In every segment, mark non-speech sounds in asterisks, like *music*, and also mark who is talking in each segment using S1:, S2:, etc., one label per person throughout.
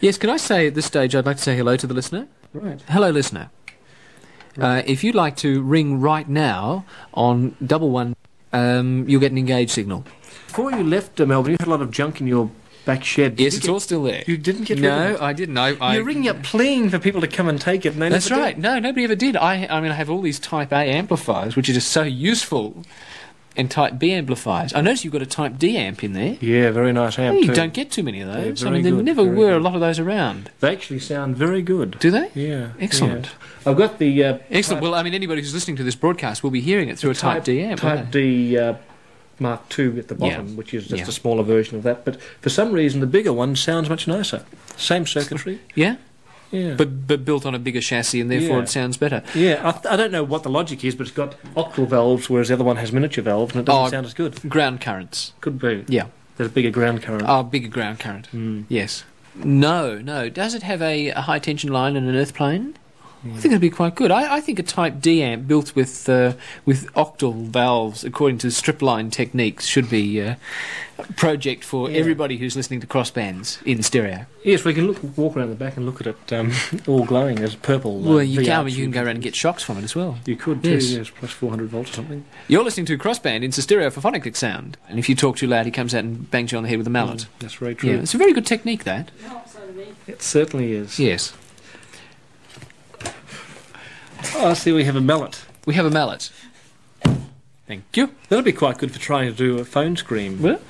S1: Yes, can I say at this stage I'd like to say hello to the listener?
S2: Right.
S1: Hello, listener. Uh, if you'd like to ring right now on double one, um, you'll get an engaged signal.
S2: Before you left uh, Melbourne, you had a lot of junk in your back shed. Did
S1: Yes,
S2: you
S1: it's
S2: get-
S1: all still there.
S2: You didn't get rid
S1: no,
S2: of it?
S1: I didn't. I, I,
S2: You're ringing up pleading for people to come and take it. And they
S1: That's
S2: never do.
S1: right. No, nobody ever did. I, I mean, I have all these Type A amplifiers, which are just so useful, and Type B amplifiers. I notice you've got a Type D amp in there.
S2: Yeah, very nice amp.
S1: you
S2: too.
S1: don't get too many of those. I
S2: very
S1: mean, there
S2: good,
S1: never
S2: very
S1: were a
S2: good.
S1: lot of those around.
S2: They actually sound very good.
S1: Do they?
S2: Yeah.
S1: Excellent.
S2: yeah. I've got the uh,
S1: Excellent. Well, I mean, anybody who's listening to this broadcast will be hearing it through a Type, D amp. won't
S2: Type
S1: they?
S2: D uh, Mark II at the
S1: Yeah.
S2: bottom, which is just
S1: Yeah.
S2: a smaller version of that. But for some reason, the bigger one sounds much nicer.
S1: *laughs*
S2: Same circuitry.
S1: Yeah,
S2: Yeah.
S1: but but built on a bigger chassis, and therefore
S2: Yeah.
S1: it sounds better.
S2: yeah, I, th- I don't know what the logic is, but it's got octal valves, whereas the other one has miniature valves, and it doesn't
S1: Oh.
S2: sound as good.
S1: Ground currents.
S2: Could be.
S1: Yeah.
S2: There's a bigger ground current.
S1: Ah, bigger ground current.
S2: Mm.
S1: Yes. No, no. Does it have a, a high tension line and an earth plane? I think it'd be quite good. I, I think a Type D amp built with uh, with octal valves, according to strip line techniques, should be uh, a project for
S2: Yeah.
S1: everybody who's listening to crossbands in stereo.
S2: Yes, we can look, walk around the back and look at it um, *laughs* all glowing as purple. uh,
S1: Well, you
S2: VR
S1: can, I mean, you can
S2: tube.
S1: go around and get shocks from it as well.
S2: You could too,
S1: Yes.
S2: yes, plus 400 volts or something.
S1: You're listening to crossband in stereo for phonetic sound, and if you talk too loud, he comes out and bangs you on the head with a mallet.
S2: Mm, That's very
S1: Yeah,
S2: true.
S1: it's a very good technique that.
S2: It certainly is.
S1: Yes,
S2: Oh, I see we have a mallet.
S1: we have a mallet. Thank you.
S2: That'll be quite good for trying to do a phone scream.
S1: Well,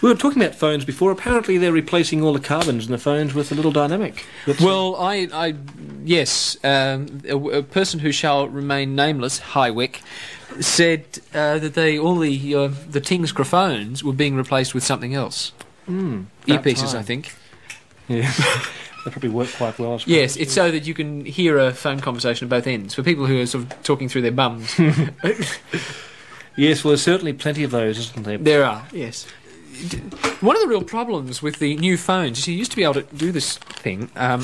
S2: We were talking about phones before. Apparently, they're replacing all the carbons in the phones with a little dynamic. That's-
S1: Well, I, I yes, um, a, a person who shall remain nameless, Highwick, said uh, that they all the uh, the Ting's graphones were being replaced with something else,
S2: Mm, about
S1: earpieces,
S2: time.
S1: I think.
S2: Yeah. they probably work quite well. I suppose.
S1: Yes, it's so that you can hear a phone conversation at both ends for people who are sort of talking through their bums.
S2: Yes, well, there's certainly plenty of those, isn't there?
S1: there are yes. D- One of the real problems with the new phones, you used to be able to do this thing. Um,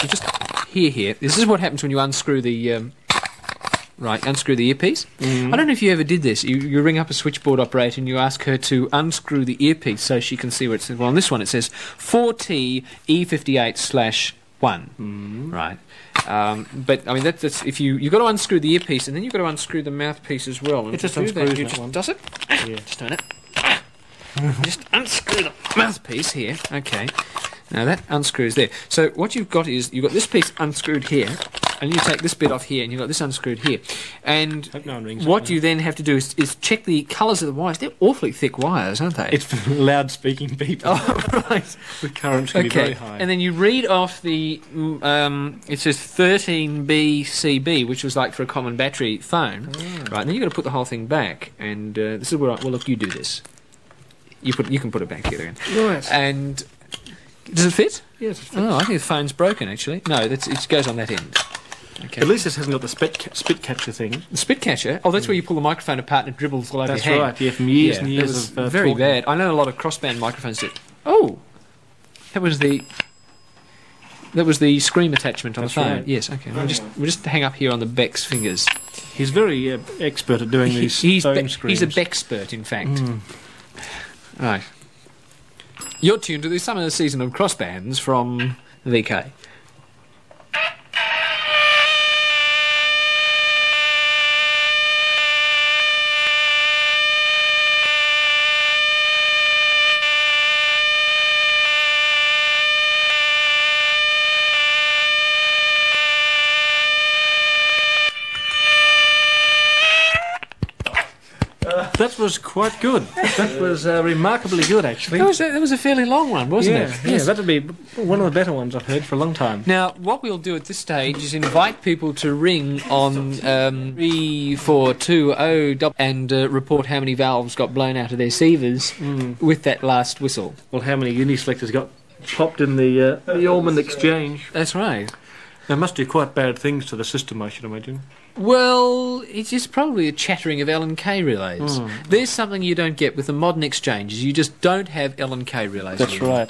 S1: you just here, here. This is what happens when you unscrew the. Um, Right, unscrew the earpiece.
S2: Mm-hmm.
S1: I don't know if you ever did this. You, you ring up a switchboard operator and you ask her to unscrew the earpiece so she can see where it says. Well, on this one it says 4T E58 slash 1.
S2: Mm, Mm-hmm.
S1: Right. Um, but, I mean, that, that's if you, you've got to unscrew the earpiece and then you've got to unscrew the mouthpiece as well. And
S2: It just
S1: to do that,
S2: unscrews
S1: you
S2: that
S1: just-
S2: one.
S1: Does it?
S2: Yeah.
S1: Just turn it. just unscrew the mouthpiece here. Okay. Now that unscrews there. So what you've got is you've got this piece unscrewed here, and you take this bit off here, and you've got this unscrewed here. And
S2: Hope no one rings up
S1: what
S2: now.
S1: you then have to do is, is check the colours of the wires. They're awfully thick wires, aren't they?
S2: It's for loud speaking people.
S1: oh, right.
S2: The currents can be very
S1: Okay.
S2: high.
S1: And then you read off the mm, um, it says 13BCB, which was like for a common battery phone, right? And then you've got to put the whole thing back. And uh, this is where I, well, look, you do this. You put you can put it back together again.
S2: Mm. right.
S1: And does it fit?
S2: yes,
S1: Oh, I think the phone's broken actually. No, that's, it goes on that end. Okay.
S2: At least this hasn't got the spit, ca- spit catcher thing.
S1: the spit catcher. Oh, that's where you pull the microphone apart and it dribbles all over
S2: That's
S1: your hand.
S2: right, yeah, from years
S1: Yeah,
S2: and
S1: that
S2: years
S1: was
S2: of. Uh,
S1: very
S2: talking.
S1: bad. I know a lot of crossband microphones that. Oh, that was the. That was the scream attachment on
S2: That's
S1: the phone.
S2: right.
S1: Yes. Okay. We'll just we'll just hang up here on the Beck's
S2: *laughs*
S1: fingers.
S2: He's very uh, expert at doing
S1: *laughs*
S2: these
S1: he's
S2: phone
S1: Be-
S2: screens.
S1: he's a Beckspert, in fact.
S2: Hmm.
S1: Right. You're tuned to the summer season of crossbands from VK.
S2: That was quite good. That was uh, remarkably good, actually.
S1: That was a, that was a fairly long one, wasn't
S2: yeah,
S1: it?
S2: yeah, that'd be one of the better ones I've heard for a long time.
S1: Now, what we'll do at this stage is invite people to ring on um, three four two oh dou- and uh, report how many valves got blown out of their sievers with that last whistle.
S2: Well, how many Uniselectors got popped in the uh, the Ormond Exchange?
S1: That's right.
S2: They must do quite bad things to the system, I should imagine.
S1: Well, it's just probably a chattering of L and K relays. There's something you don't get with the modern exchanges. You just don't have L and K relays. anymore.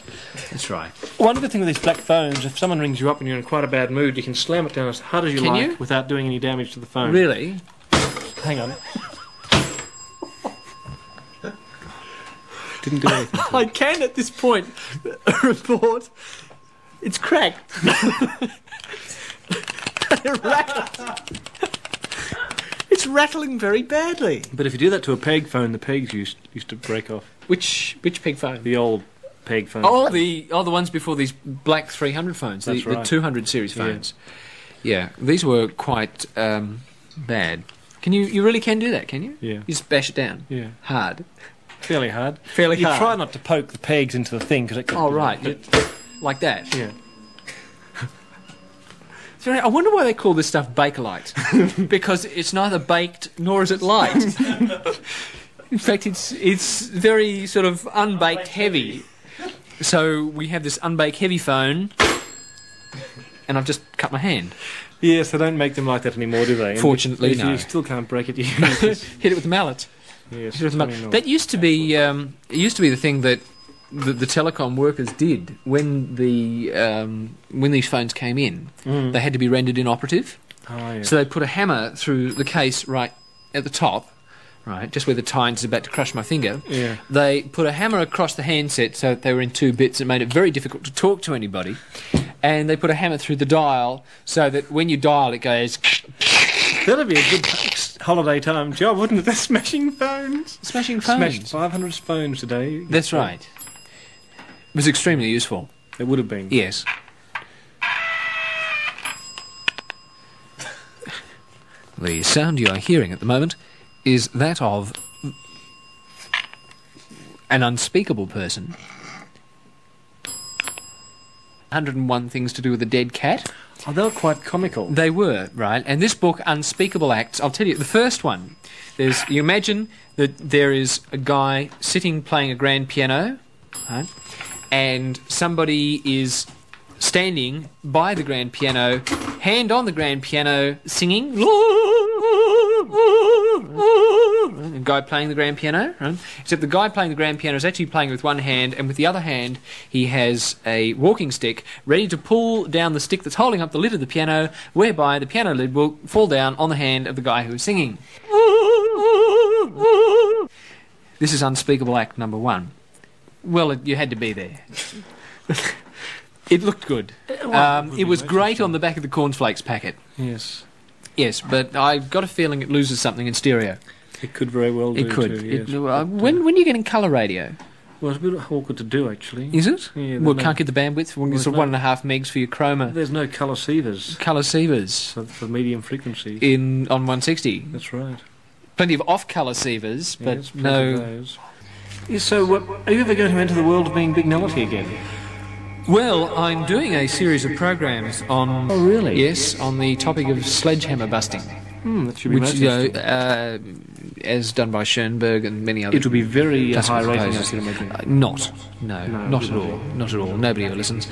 S1: That's right.
S2: One of the things with these black phones, if someone rings you up and you're in quite a bad mood, you can slam it down as hard as you
S1: Can
S2: like
S1: you?
S2: without doing any damage to the phone.
S1: Really?
S2: Hang on. Didn't do anything.
S1: I can at this point *laughs* report it's cracked. *laughs* It rattles. it's rattling very badly.
S2: *laughs* but if you do that to a peg phone, the pegs used used to break off.
S1: Which which peg phone?
S2: The old peg phone.
S1: Oh, the oh the ones before these black 300 phones, the,
S2: That's right.
S1: the 200 series
S2: Yeah.
S1: phones. Yeah, these were quite um, bad. Can you you really can do that? Can you?
S2: Yeah.
S1: You just bash it down
S2: Yeah,
S1: hard,
S2: fairly hard.
S1: fairly
S2: you
S1: hard.
S2: try not to poke the pegs into the thing because it. could-
S1: Oh right, you- like that.
S2: Yeah.
S1: So I wonder why they call this stuff *laughs* bakelite, because it's neither baked nor is it light. *laughs* In fact, it's it's very sort of unbaked heavy. So we have this unbaked heavy phone, and I've just cut my *laughs* hand.
S2: Yes, they don't make them like that anymore, do they? And
S1: Fortunately,
S2: if
S1: no.
S2: You still can't break *laughs* it. You use this.
S1: Hit it with a mallet.
S2: yes,
S1: Hit it with a
S2: I mean,
S1: mallet.
S2: no.
S1: That used to be um, it used to be the thing that the, the telecom workers did when the um, when these phones came in.
S2: Mm.
S1: They had to be rendered inoperative.
S2: Oh, yeah.
S1: So they put a hammer through the case right at the top, right, just where the tines is about to crush my finger.
S2: yeah.
S1: They put a hammer across the handset so that they were in two bits. It made it very difficult to talk to anybody. And they put a hammer through the dial so that when you dial, it goes *sniffs*
S2: That'd be a good holiday time job, wouldn't it? *laughs* They're smashing phones.
S1: smashing phones.
S2: Smashed 500 phones today.
S1: That's right. It was extremely useful.
S2: It would have been.
S1: Yes. the sound you are hearing at the moment is that of an unspeakable person. 101 things to do with a dead cat.
S2: Oh, they were quite comical. *laughs*
S1: They were, right? And this book, Unspeakable Acts, I'll tell you, the first one, there's, you imagine that there is a guy sitting playing a grand piano, right? And somebody is standing by the grand piano, hand on the grand piano, singing. The guy playing the grand piano, right? Except the guy playing the grand piano is actually playing with one hand, and with the other hand, he has a walking stick ready to pull down the stick that's holding up the lid of the piano, whereby the piano lid will fall down on the hand of the guy who is singing. This is unspeakable act number one. Well, it, you had to be there. *laughs* it looked good. Um, it was great on the back of the cornflakes packet.
S2: Yes.
S1: Yes, but I've got a feeling it loses something in stereo.
S2: It could very well do.
S1: It could.
S2: Too,
S1: It-
S2: yes.
S1: uh, when when are you getting colour radio?
S2: Well, it's a bit awkward to do, actually.
S1: Is it?
S2: Yeah,
S1: well,
S2: there's
S1: can't get the bandwidth. Well, it's
S2: there's
S1: sort of
S2: no-
S1: one and a half megs for your chroma
S2: There's no colour sievers
S1: colour sievers
S2: for, for medium frequency.
S1: in on 160.
S2: That's right.
S1: Plenty of off colour sievers,
S2: Yeah,
S1: but
S2: it's plenty of
S1: no.
S2: those. Yeah, so, uh, are you ever going to enter the world of being Big Nullity again?
S1: Well, I'm doing a series of programs on.
S2: Oh, really?
S1: Yes, on the topic of sledgehammer busting,
S2: Hmm, that should be
S1: which
S2: most
S1: you know,
S2: interesting.
S1: uh, as done by Schoenberg and many others.
S2: It'll be very uh,
S1: That's
S2: high
S1: what
S2: rating, I
S1: proposes.
S2: can imagine.
S1: Uh, not, no,
S2: No,
S1: not
S2: it
S1: at all,
S2: wouldn't
S1: not at all. Nobody ever listens,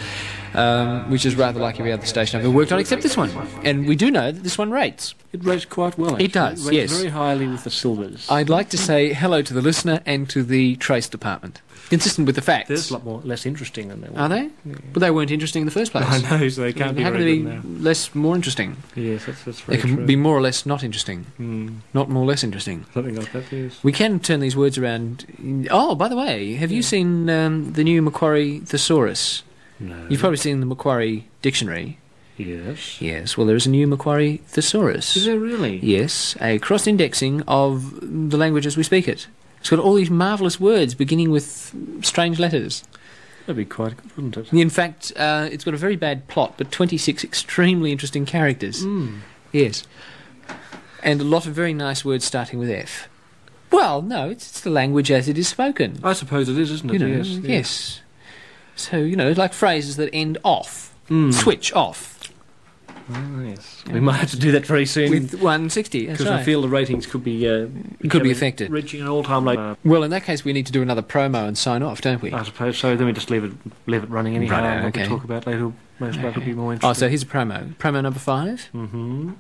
S1: um, which is rather like every other station I've ever worked on, except this one. And we do know that this one rates.
S2: It rates quite well.
S1: It
S2: actually.
S1: does,
S2: It rates
S1: yes.
S2: very highly with the silvers.
S1: I'd like to say hello to the listener and to the trace department, consistent with the facts.
S2: There's a lot more less interesting than they were.
S1: Are they? But they weren't interesting in the first place.
S2: *laughs* I know, so they can't
S1: They
S2: be
S1: happen
S2: very
S1: to
S2: good
S1: be
S2: now.
S1: less, more interesting.
S2: Yes, that's, that's
S1: They
S2: very
S1: can
S2: true.
S1: be more or less not interesting,
S2: Hmm,
S1: not more or less interesting.
S2: something like that, yes.
S1: We can turn these words around. Oh, by the way, have you seen um, the new Macquarie thesaurus?
S2: No.
S1: You've probably seen the Macquarie dictionary.
S2: Yes.
S1: Yes, well, there is a new Macquarie thesaurus.
S2: Is there really?
S1: Yes, a cross indexing of the language as we speak it. It's got all these marvellous words beginning with strange letters.
S2: That'd be quite good, wouldn't it?
S1: In fact, uh, it's got a very bad plot, but 26 extremely interesting characters.
S2: Mm.
S1: Yes. And a lot of very nice words starting with F. Well, no, it's, it's the language as it is spoken.
S2: I suppose it is, isn't it?
S1: You know,
S2: Mm, yes.
S1: yes, So, you know, like phrases that end off,
S2: Mm.
S1: switch off
S2: Ah, yes. We might have to do that very soon
S1: with 160. That's
S2: because I
S1: right.
S2: feel the ratings could be uh,
S1: It could be
S2: becoming-
S1: affected.
S2: reaching an all-time low. Uh,
S1: Well, in that case, we need to do another promo and sign off, don't we?
S2: I suppose so. Then we just leave it leave it running anyhow.
S1: Righto,
S2: and what
S1: okay.
S2: we talk about later will most likely be more
S1: Oh,
S2: interesting.
S1: so here's a promo. Promo number five.
S2: hmm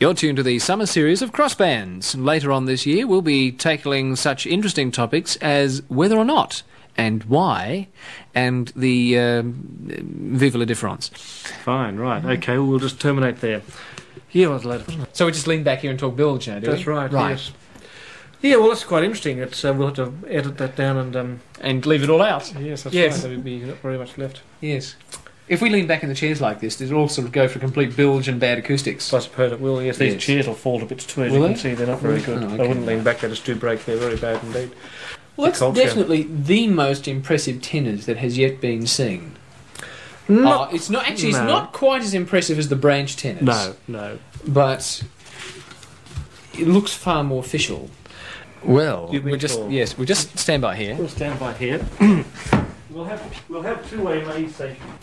S1: You're tuned to the summer series of crossbands. Later on this year, we'll be tackling such interesting topics as whether or not and why, and the um, vive la difference.
S2: Fine, right. Okay, well, we'll just terminate there. Yeah, well, later.
S1: So we just lean back here and talk bilge now, do we?
S2: That's right,
S1: Right.
S2: yes. Yeah, well, that's quite interesting. It's, uh, we'll have to edit that down and um,
S3: and leave it all out.
S2: yes, that's
S1: Yeah,
S2: right.
S1: it's-
S2: There'll be not very much left.
S1: Yes. If we lean back in the chairs like this, it'll all sort of go for complete bilge and bad acoustics.
S2: So I suppose it will. Yes, these
S1: Yes.
S2: chairs will fall to bits too. As
S1: Will
S2: you can
S1: they?
S2: see, they're not very
S1: Mm.
S2: good.
S1: Oh,
S2: I
S1: okay.
S2: wouldn't lean back. They just do break. They're very bad indeed.
S1: Well, that's
S2: Culture.
S1: definitely the most impressive tenors that has yet been seen.
S2: Not,
S1: Uh, it's not actually
S2: no.
S1: it's not quite as impressive as the branch tenors.
S2: no, no.
S1: but it looks far more official. Well,
S2: You've been
S1: we just
S2: told.
S1: yes, we just stand by here.
S2: *clears throat* We'll stand by here. we'll have we'll have two-way money station.